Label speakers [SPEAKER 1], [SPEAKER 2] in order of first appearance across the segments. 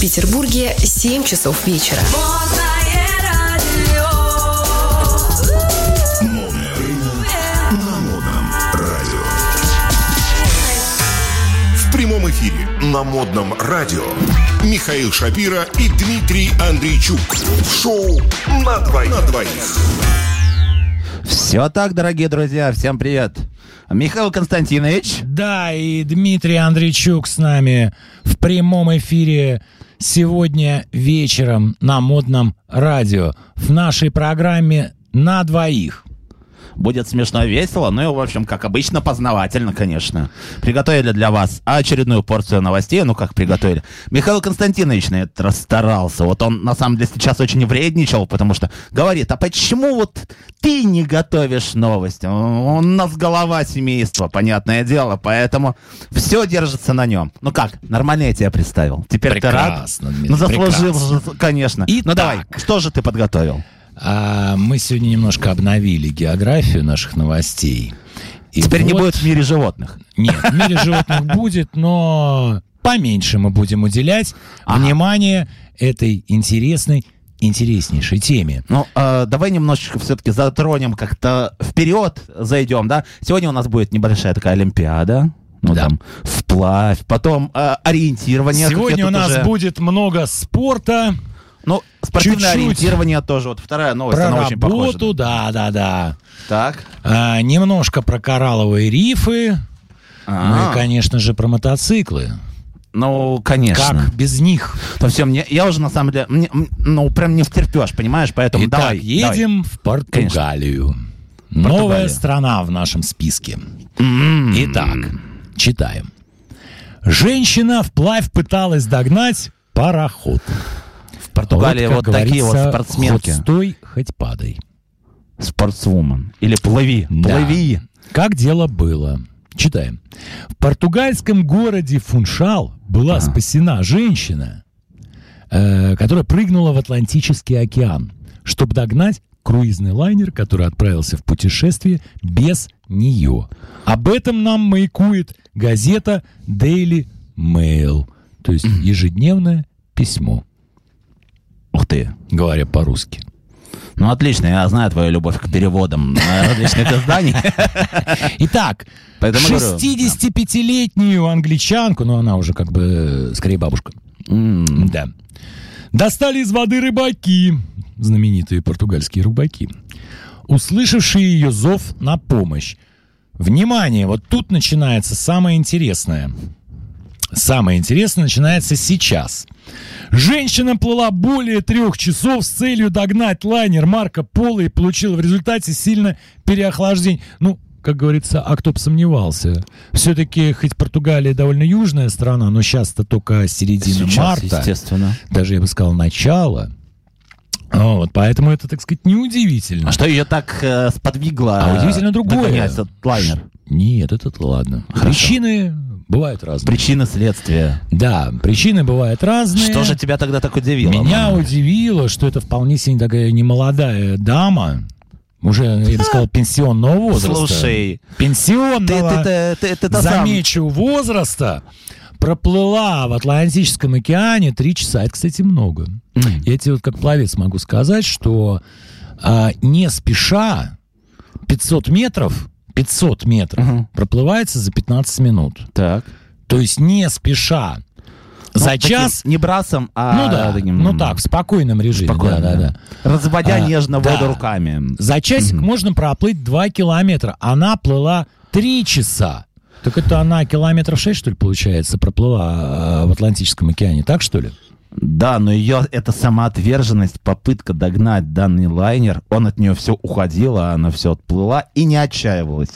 [SPEAKER 1] Петербурге 7 часов вечера.
[SPEAKER 2] Модное время на модном радио. В прямом эфире на модном радио Михаил Шапира и Дмитрий Андрейчук. Шоу на двоих. На двоих.
[SPEAKER 3] Все так, дорогие друзья, всем привет. Михаил Константинович.
[SPEAKER 4] Да, и Дмитрий Андрейчук с нами в прямом эфире сегодня вечером на модном радио в нашей программе на двоих.
[SPEAKER 3] Будет смешно, весело, ну и, в общем, как обычно, познавательно, конечно. Приготовили для вас очередную порцию новостей, ну как приготовили. Михаил Константинович на этот раз старался. Вот он, на самом деле, сейчас очень вредничал, потому что говорит, а почему вот ты не готовишь новости? У нас голова семейства, понятное дело, поэтому все держится на нем. Ну как, нормально я тебя представил? Теперь
[SPEAKER 4] Прекрасно,
[SPEAKER 3] ты рад?
[SPEAKER 4] Дмитрий,
[SPEAKER 3] Ну заслужил,
[SPEAKER 4] прекрасно.
[SPEAKER 3] же, конечно. ну
[SPEAKER 4] Итак.
[SPEAKER 3] давай, что же ты подготовил?
[SPEAKER 4] А мы сегодня немножко обновили географию наших новостей. И
[SPEAKER 3] Теперь не
[SPEAKER 4] вот-
[SPEAKER 3] будет в мире животных.
[SPEAKER 4] Нет, в мире животных будет, но поменьше мы будем уделять
[SPEAKER 3] Ага.
[SPEAKER 4] внимание этой интересной, интереснейшей теме.
[SPEAKER 3] Ну, э, давай немножечко все-таки затронем как-то вперед, зайдем, да? Сегодня у нас будет небольшая такая Олимпиада. Ну,
[SPEAKER 4] Да.
[SPEAKER 3] там, вплавь, потом э, ориентирование. как я
[SPEAKER 4] Сегодня у
[SPEAKER 3] тут
[SPEAKER 4] нас
[SPEAKER 3] уже-
[SPEAKER 4] будет много спорта,
[SPEAKER 3] Ну, спортивное
[SPEAKER 4] чуть-чуть.
[SPEAKER 3] ориентирование тоже. Вот вторая новость,
[SPEAKER 4] про
[SPEAKER 3] она очень похожа.
[SPEAKER 4] работу, да, да, да.
[SPEAKER 3] Так.
[SPEAKER 4] А, немножко про коралловые рифы, ну
[SPEAKER 3] А,
[SPEAKER 4] и, конечно же, про мотоциклы.
[SPEAKER 3] Ну, конечно.
[SPEAKER 4] Как без них?
[SPEAKER 3] Совсем не... Я уже, на самом деле, мне- м, ну, прям не втерпешь, понимаешь? Поэтому
[SPEAKER 4] Итак,
[SPEAKER 3] давай.
[SPEAKER 4] едем в Португалию. Новая
[SPEAKER 3] Португалия.
[SPEAKER 4] страна в нашем списке.
[SPEAKER 3] давай. М,
[SPEAKER 4] Итак, читаем. Женщина вплавь пыталась догнать пароход.
[SPEAKER 3] В Португалии
[SPEAKER 4] как
[SPEAKER 3] вот, такие вот
[SPEAKER 4] говорится,
[SPEAKER 3] спортсменки.
[SPEAKER 4] Хоть стой, хоть падай.
[SPEAKER 3] Спортсвумен. Или плыви.
[SPEAKER 4] Да.
[SPEAKER 3] Плыви.
[SPEAKER 4] Как дело было? Читаем. В португальском городе Фуншал была спасена женщина, э, которая прыгнула в Атлантический океан, чтобы догнать круизный лайнер, который отправился в путешествие без нее. Об этом нам маякует газета Daily Mail, то есть ежедневное письмо,
[SPEAKER 3] Ух ты.
[SPEAKER 4] говоря по-русски.
[SPEAKER 3] Ну, отлично, я знаю твою любовь к переводам э, различных изданий.
[SPEAKER 4] Итак,
[SPEAKER 3] Поэтому говорю,
[SPEAKER 4] 65-летнюю англичанку, но она уже как бы э, скорее бабушка,
[SPEAKER 3] М,
[SPEAKER 4] Да. Достали из воды рыбаки, знаменитые португальские рыбаки, услышавшие ее зов на помощь. Внимание, вот тут начинается самое интересное. Самое интересное начинается сейчас. Женщина плыла более трех часов с целью догнать лайнер Марка Пола и получила в результате сильно переохлаждение. Ну, как говорится, а кто бы сомневался. Все-таки, хоть Португалия довольно южная страна, но сейчас-то только
[SPEAKER 3] ну,
[SPEAKER 4] середина
[SPEAKER 3] Сейчас,
[SPEAKER 4] марта
[SPEAKER 3] естественно.
[SPEAKER 4] даже я бы сказал, начало. Вот, поэтому это, так сказать, неудивительно.
[SPEAKER 3] А что ее так э, сподвигло?
[SPEAKER 4] А
[SPEAKER 3] э,
[SPEAKER 4] удивительно другое.
[SPEAKER 3] догонять этот лайнер.
[SPEAKER 4] Нет, это ладно. Причины бывают разные.
[SPEAKER 3] Причины следствия.
[SPEAKER 4] Да, причины бывают разные.
[SPEAKER 3] Ну, Что же тебя тогда так удивило?
[SPEAKER 4] Меня
[SPEAKER 3] Мама?
[SPEAKER 4] удивило, что это вполне себе такая немолодая дама, уже, я бы сказал, пенсионного возраста.
[SPEAKER 3] Слушай,
[SPEAKER 4] пенсионного.
[SPEAKER 3] ты, ты, ты, ты, ты, ты сам-
[SPEAKER 4] замечу, возраста проплыла в Атлантическом океане три часа. Это, кстати, много. Я тебе вот как пловец могу сказать, что а, не спеша 500 метров, 500 метров
[SPEAKER 3] Мгм.
[SPEAKER 4] проплывается за 15 минут.
[SPEAKER 3] Так.
[SPEAKER 4] То есть не спеша за
[SPEAKER 3] Ну, таким
[SPEAKER 4] час...
[SPEAKER 3] Не брасом, а...
[SPEAKER 4] ну да,
[SPEAKER 3] таким,
[SPEAKER 4] ну так, в спокойном режиме.
[SPEAKER 3] спокойно,
[SPEAKER 4] да, да, да.
[SPEAKER 3] Разводя
[SPEAKER 4] А,
[SPEAKER 3] нежно
[SPEAKER 4] да.
[SPEAKER 3] воду руками.
[SPEAKER 4] За часик можно проплыть 2 километра. Она плыла 3 часа. Так это она километров 6, что ли, получается, проплыла э, в Атлантическом океане, так что ли?
[SPEAKER 3] Да, но ее эта самоотверженность, попытка догнать данный лайнер, он от нее все уходил, а она все отплыла и не отчаивалась.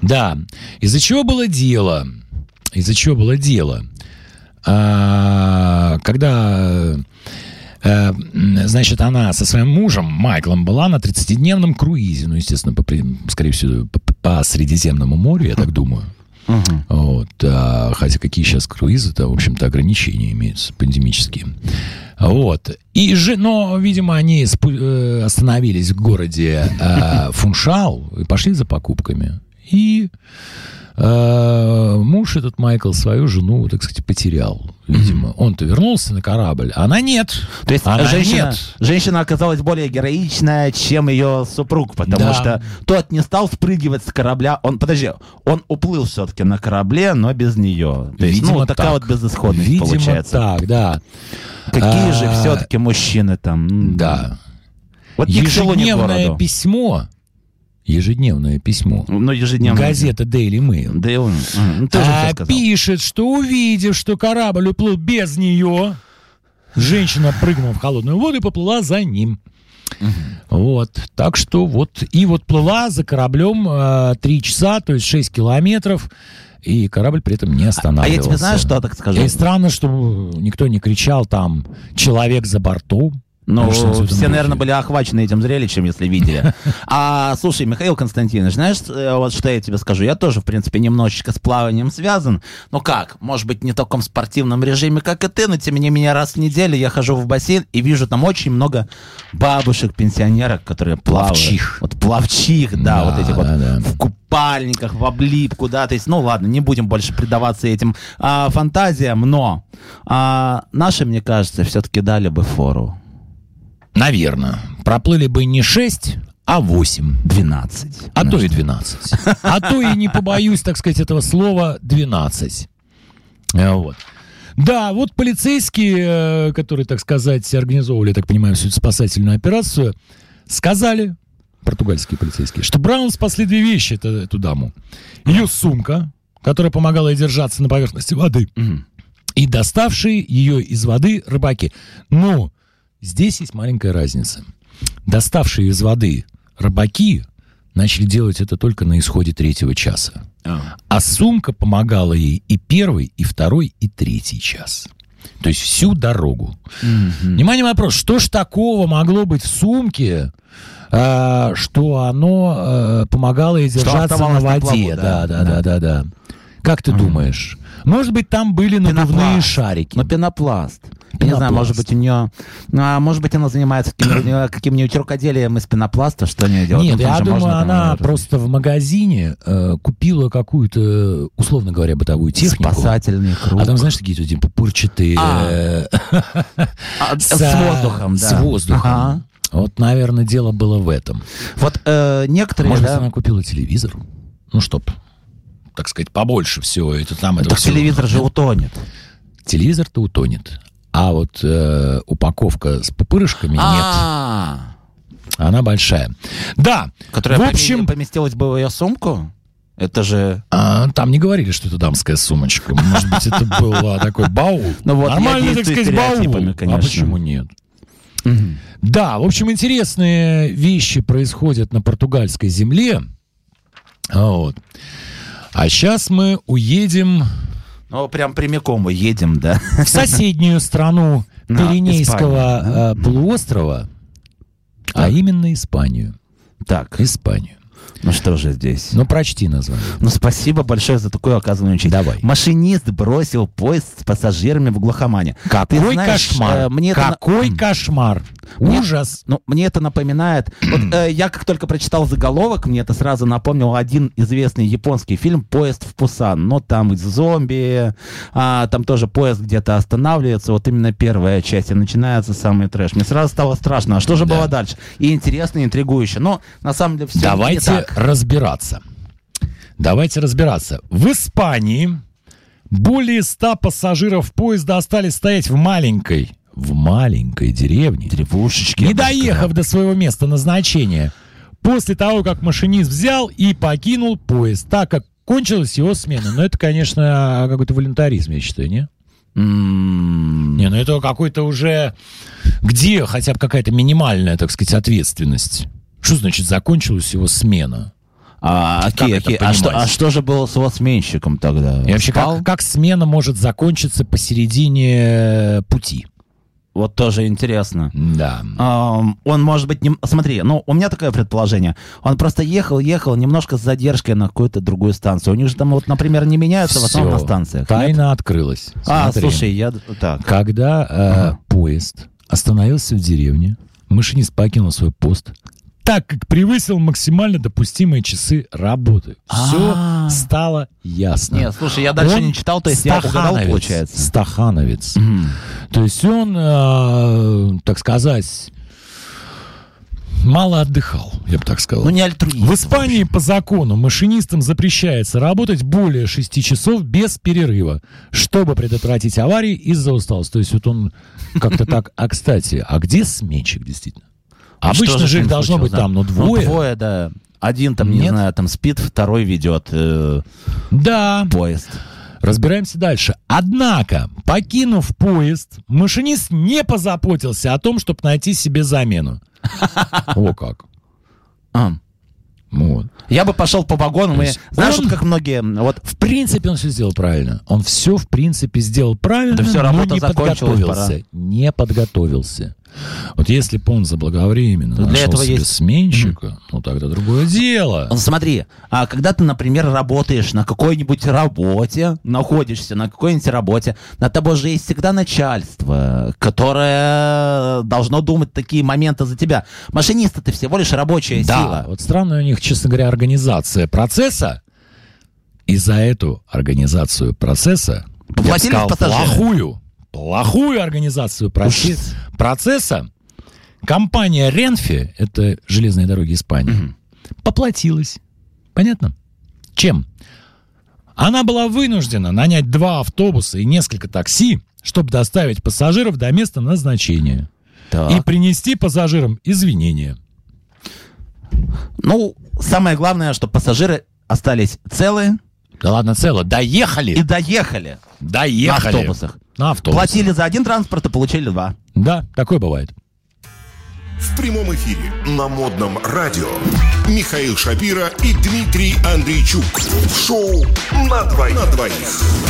[SPEAKER 4] Да. Из-за чего было дело? Из-за чего было дело? А, когда, э, м, значит, она со своим мужем Майклом была на 30-дневном круизе, ну, естественно, по при- скорее всего, по, по Средиземному морю, я так думаю. Вот, а, хотя какие сейчас круизы-то, в общем-то, ограничения имеются пандемические. Вот. И же, но, видимо, они а, спу- э, остановились в городе э, Фуншал и пошли за покупками. И э, муж этот Майкл свою жену, так сказать, потерял, видимо. Он-то вернулся на корабль, а она нет.
[SPEAKER 3] То есть
[SPEAKER 4] она
[SPEAKER 3] женщина,
[SPEAKER 4] нет.
[SPEAKER 3] женщина оказалась более героичная, чем ее супруг, потому
[SPEAKER 4] Да.
[SPEAKER 3] что тот не стал спрыгивать с корабля. Он, подожди, он уплыл все-таки на корабле, но без нее. То есть, ну, вот такая вот безысходность
[SPEAKER 4] Видимо,
[SPEAKER 3] получается.
[SPEAKER 4] так, да.
[SPEAKER 3] Какие же
[SPEAKER 4] А,
[SPEAKER 3] все-таки мужчины там? М,
[SPEAKER 4] Да.
[SPEAKER 3] Вот ни к селу, ни к
[SPEAKER 4] Ежедневное
[SPEAKER 3] городу.
[SPEAKER 4] письмо. Ежедневное письмо.
[SPEAKER 3] Ну, ежедневное.
[SPEAKER 4] Газета Daily Mail.
[SPEAKER 3] Да и он. Ага, ну, ты уже всё
[SPEAKER 4] А,
[SPEAKER 3] сказал.
[SPEAKER 4] пишет, что увидев, что корабль уплыл без нее, женщина прыгнула в холодную воду и поплыла за ним. Вот, так что вот, и вот плыла за кораблем э, три часа, то есть 6 километров, и корабль при этом не
[SPEAKER 3] А
[SPEAKER 4] останавливался.
[SPEAKER 3] я тебе знаешь, что я так скажу?
[SPEAKER 4] И странно, что никто не кричал там «человек за бортом».
[SPEAKER 3] Ну,
[SPEAKER 4] Потому что отсюда
[SPEAKER 3] все, наверное,
[SPEAKER 4] многие.
[SPEAKER 3] были охвачены этим зрелищем, если видели. А, слушай, Михаил Константинович, знаешь, э, вот что я тебе скажу? Я тоже, в принципе, немножечко с плаванием связан. Ну как, может быть, не в таком спортивном режиме, как и ты, но тем не менее раз в неделю я хожу в бассейн и вижу там очень много бабушек-пенсионерок, которые плавают.
[SPEAKER 4] Плавчих.
[SPEAKER 3] Вот плавчих, да,
[SPEAKER 4] Да,
[SPEAKER 3] вот этих вот
[SPEAKER 4] да, да.
[SPEAKER 3] в купальниках, в облипку, да, то есть, ну ладно, не будем больше предаваться этим а, фантазиям, но а, наши, мне кажется, все-таки дали бы фору.
[SPEAKER 4] Наверное. Проплыли бы не 6, а 8.
[SPEAKER 3] 12.
[SPEAKER 4] А то и 12. А то и не побоюсь, так сказать, этого слова 12. Э, Вот. Да, вот полицейские, э, которые, так сказать, организовывали, я так понимаю, всю эту спасательную операцию, сказали, португальские полицейские, что Браун спасли две вещи, это, эту даму. Ее сумка, которая помогала ей держаться на поверхности воды,
[SPEAKER 3] Мгм.
[SPEAKER 4] и доставшие ее из воды рыбаки. Но здесь есть маленькая разница. Доставшие из воды рыбаки начали делать это только на исходе третьего часа. А сумка помогала ей и первый, и второй, и третий час. То есть всю дорогу. Внимание, вопрос. Что ж такого могло быть в сумке, э, что оно э, помогало ей держаться на
[SPEAKER 3] оставалось на плаву,
[SPEAKER 4] воде?
[SPEAKER 3] да.
[SPEAKER 4] да, да, да, да, да. Как ты думаешь? Может быть, там были надувные
[SPEAKER 3] Пенопласт.
[SPEAKER 4] шарики?
[SPEAKER 3] Но пенопласт. Я не знаю,
[SPEAKER 4] Пенопласт.
[SPEAKER 3] может быть, у нее... Ну, а может быть, она занимается каким-нибудь каким-нибудь рукоделием из пенопласта, что у нее делать?
[SPEAKER 4] Нет,
[SPEAKER 3] Ну, там
[SPEAKER 4] я
[SPEAKER 3] же
[SPEAKER 4] думаю,
[SPEAKER 3] можно там,
[SPEAKER 4] она
[SPEAKER 3] наверное,
[SPEAKER 4] просто в магазине э, купила какую-то, условно говоря, бытовую технику.
[SPEAKER 3] Спасательный круг.
[SPEAKER 4] А там, знаешь, такие тут типа пурчатые...
[SPEAKER 3] А.
[SPEAKER 4] э,
[SPEAKER 3] А, с,
[SPEAKER 4] со-
[SPEAKER 3] воздухом, да.
[SPEAKER 4] С воздухом.
[SPEAKER 3] Ага.
[SPEAKER 4] Вот, наверное, дело было в этом.
[SPEAKER 3] Вот э, некоторые,
[SPEAKER 4] Может
[SPEAKER 3] да,
[SPEAKER 4] быть, она купила телевизор? Ну, чтоб, так сказать, побольше всего. Это там это
[SPEAKER 3] так
[SPEAKER 4] всё.
[SPEAKER 3] телевизор же утонет.
[SPEAKER 4] Телевизор-то утонет. А вот э, упаковка с пупырышками нет.
[SPEAKER 3] А,
[SPEAKER 4] Она большая. Да,
[SPEAKER 3] Которая
[SPEAKER 4] в
[SPEAKER 3] поме-
[SPEAKER 4] общем,
[SPEAKER 3] поместилась бы в ее сумку? Это же...
[SPEAKER 4] а, там не говорили, что это дамская сумочка. Может быть, это был а, такой баул.
[SPEAKER 3] Ну вот, я
[SPEAKER 4] Нормальный, так
[SPEAKER 3] действую
[SPEAKER 4] сказать,
[SPEAKER 3] стереотипами,
[SPEAKER 4] баул. А
[SPEAKER 3] конечно.
[SPEAKER 4] почему нет? Да, в общем, интересные вещи происходят на португальской земле. А Вот. А сейчас мы уедем
[SPEAKER 3] Ну, прям прямиком мы едем, да.
[SPEAKER 4] в соседнюю страну
[SPEAKER 3] На
[SPEAKER 4] Пиренейского э, полуострова, а именно Испанию.
[SPEAKER 3] Так,
[SPEAKER 4] Испанию.
[SPEAKER 3] ну что же здесь?
[SPEAKER 4] Ну, прочти название.
[SPEAKER 3] Ну, спасибо большое за такую оказанную честь.
[SPEAKER 4] Давай.
[SPEAKER 3] Машинист бросил поезд с пассажирами в глухомане.
[SPEAKER 4] Какой
[SPEAKER 3] знаешь,
[SPEAKER 4] кошмар.
[SPEAKER 3] э, мне это на-
[SPEAKER 4] Какой кошмар.
[SPEAKER 3] Мне-
[SPEAKER 4] Ужас.
[SPEAKER 3] Ну, мне это напоминает... Вот э, я как только прочитал заголовок, мне это сразу напомнил один известный японский фильм «Поезд в Пусан». Ну, там и зомби, а, там тоже поезд где-то останавливается. Вот именно первая часть, и начинается самый трэш. Мне сразу стало страшно. А что же
[SPEAKER 4] Да.
[SPEAKER 3] было дальше? И интересно, и интригующе. Но, на самом деле, все
[SPEAKER 4] Давайте разбираться. Давайте разбираться. В Испании более 100 пассажиров поезда остались стоять в маленькой, в маленькой деревне,
[SPEAKER 3] Деревушечки.
[SPEAKER 4] не доехав до своего места назначения. После того, как машинист взял и покинул поезд, так как кончилась его смена. Но это, конечно, какой-то волонтаризм, я считаю, не?
[SPEAKER 3] М-м-м.
[SPEAKER 4] Не, ну это какой-то уже... Где хотя бы какая-то минимальная, так сказать, ответственность? Что значит закончилась его смена?
[SPEAKER 3] А, окей,
[SPEAKER 4] это
[SPEAKER 3] окей. А,
[SPEAKER 4] понимать?
[SPEAKER 3] что, а что же было с его сменщиком тогда?
[SPEAKER 4] И вообще,
[SPEAKER 3] Спал?
[SPEAKER 4] как, как смена может закончиться посередине э, пути? А,
[SPEAKER 3] Вот тоже интересно.
[SPEAKER 4] Да.
[SPEAKER 3] Ам, Он, может быть, нем- смотри, ну, у меня такое предположение. Он просто ехал, ехал, немножко с задержкой на какую-то другую станцию. У них же там, вот, например, не меняются в основном на станциях. нет?
[SPEAKER 4] Тайна открылась.
[SPEAKER 3] А,
[SPEAKER 4] Смотри.
[SPEAKER 3] слушай, я... д- Так.
[SPEAKER 4] Когда э,
[SPEAKER 3] Ага.
[SPEAKER 4] поезд остановился в деревне, машинист покинул свой пост, так как превысил максимально допустимые часы работы. Все
[SPEAKER 3] А.
[SPEAKER 4] стало ясно.
[SPEAKER 3] Нет, слушай, я дальше
[SPEAKER 4] Он
[SPEAKER 3] не читал, то есть я угадал,
[SPEAKER 4] стахановец.
[SPEAKER 3] получается.
[SPEAKER 4] Стахановец.
[SPEAKER 3] Мгм.
[SPEAKER 4] То есть он, э, так сказать, мало отдыхал, я бы так сказал.
[SPEAKER 3] Ну, не альтруизм.
[SPEAKER 4] В Испании по закону машинистам запрещается работать более 6 часов без перерыва, чтобы предотвратить аварии из-за усталости. То есть вот он как-то так... А, кстати, а где сменщик действительно?
[SPEAKER 3] А Что
[SPEAKER 4] Обычно
[SPEAKER 3] с
[SPEAKER 4] же их
[SPEAKER 3] ним
[SPEAKER 4] должно
[SPEAKER 3] случилось,
[SPEAKER 4] быть
[SPEAKER 3] да?
[SPEAKER 4] там, ну, двое.
[SPEAKER 3] Двое, да. Один там, не
[SPEAKER 4] Нет?
[SPEAKER 3] знаю, там спит, второй ведет э,
[SPEAKER 4] Да.
[SPEAKER 3] поезд.
[SPEAKER 4] Разбираемся дальше. Однако, покинув поезд, машинист не позаботился о том, чтобы найти себе замену. О как. Ну
[SPEAKER 3] А.
[SPEAKER 4] Вот.
[SPEAKER 3] Я бы пошел по вагонам
[SPEAKER 4] То
[SPEAKER 3] и...
[SPEAKER 4] есть
[SPEAKER 3] Знаешь,
[SPEAKER 4] он-
[SPEAKER 3] вот как многие... м, Вот
[SPEAKER 4] В принципе, он все сделал правильно. Он все, в принципе, сделал правильно,
[SPEAKER 3] Да всё,
[SPEAKER 4] но
[SPEAKER 3] работа
[SPEAKER 4] не
[SPEAKER 3] закончилась,
[SPEAKER 4] подготовился.
[SPEAKER 3] пора.
[SPEAKER 4] Не подготовился. Вот если бы он заблаговременно
[SPEAKER 3] Ну, Для
[SPEAKER 4] нашел
[SPEAKER 3] этого
[SPEAKER 4] себе
[SPEAKER 3] есть-
[SPEAKER 4] сменщика, ну тогда другое дело.
[SPEAKER 3] Ну, Смотри, а когда ты, например, работаешь на какой-нибудь работе, находишься на какой-нибудь работе, над тобой же есть всегда начальство, которое должно думать такие моменты за тебя. Машинист ты всего лишь рабочая
[SPEAKER 4] да,
[SPEAKER 3] сила.
[SPEAKER 4] вот странная у них, честно говоря, организация процесса. И за эту организацию процесса, я бы
[SPEAKER 3] Поплатились
[SPEAKER 4] сказал,
[SPEAKER 3] пассажиры?
[SPEAKER 4] плохую, плохую организацию просе- процесса, компания Ренфи, это железные дороги Испании, поплатилась. Понятно? Чем? Она была вынуждена нанять два автобуса и несколько такси, чтобы доставить пассажиров до места назначения
[SPEAKER 3] Так.
[SPEAKER 4] и принести пассажирам извинения.
[SPEAKER 3] Ну, самое главное, что пассажиры остались целы
[SPEAKER 4] Да ладно, цело,
[SPEAKER 3] и
[SPEAKER 4] доехали.
[SPEAKER 3] доехали
[SPEAKER 4] Доехали.
[SPEAKER 3] на автобусах.
[SPEAKER 4] На автобусах.
[SPEAKER 3] Платили за один транспорт и получили два.
[SPEAKER 4] Да, такое бывает.
[SPEAKER 2] В прямом эфире на модном радио Михаил Шапира и Дмитрий Андрейчук. В шоу на двоих. На двоих.